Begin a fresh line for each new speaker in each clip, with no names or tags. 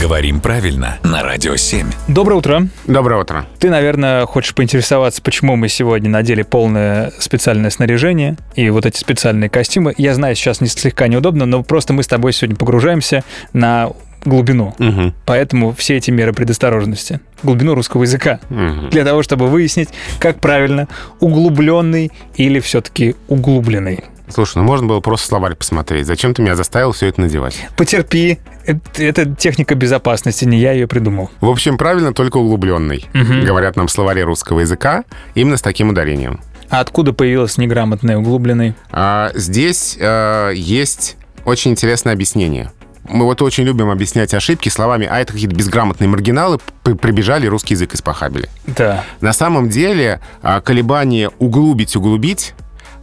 Говорим правильно на Радио 7.
Доброе утро.
Доброе утро.
Ты, наверное, хочешь поинтересоваться, почему мы сегодня надели полное специальное снаряжение и вот эти специальные костюмы. Я знаю, сейчас не слегка неудобно, но просто мы с тобой сегодня погружаемся на глубину.
Мгм.
Поэтому все эти меры предосторожности. Глубину русского языка.
Мгм.
Для того, чтобы выяснить, как правильно, углубленный или все-таки углубленный.
Слушай, ну можно было просто словарь посмотреть. Зачем ты меня заставил все это надевать?
Потерпи. Это, это техника безопасности, не я ее придумал.
В общем, правильно, только углубленный.
Мгм.
Говорят нам в словаре русского языка именно с таким ударением.
А откуда появилась неграмотная углубленный?
А, здесь э, есть очень интересное объяснение. Мы вот очень любим объяснять ошибки словами, а это какие-то безграмотные маргиналы п- прибежали, русский язык испохабили.
Да.
На самом деле а, колебание «углубить-углубить»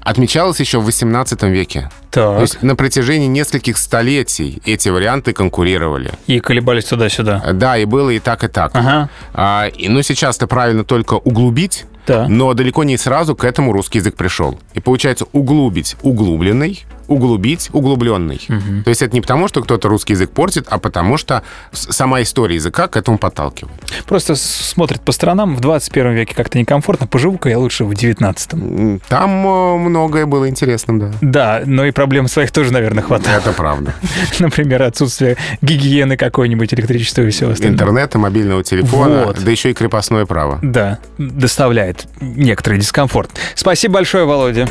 отмечалось еще в 18 веке.
Так.
То есть на протяжении нескольких столетий эти варианты конкурировали.
И колебались туда-сюда.
А, Да, и было и так, и так.
Ага.
А, и, ну, сейчас-то правильно только «углубить»,
Да.
но далеко не сразу к этому русский язык пришел. И получается «углубить» — «углубленный», «углубить» — «углубленный». То есть это не потому, что кто-то русский язык портит, а потому что с- сама история языка к этому подталкивает.
Просто с- смотрит по сторонам. В 21 веке как-то некомфортно. Поживу-ка я лучше в 19
М, Там э, многое было интересным, да.
да, но и проблем своих тоже, наверное, хватает.
Это правда.
Например, отсутствие гигиены какой-нибудь, электричества и всего остального.
Интернета, мобильного телефона,
Вот.
да еще и крепостное право.
Да, доставляет некоторый дискомфорт. Спасибо большое, Володя.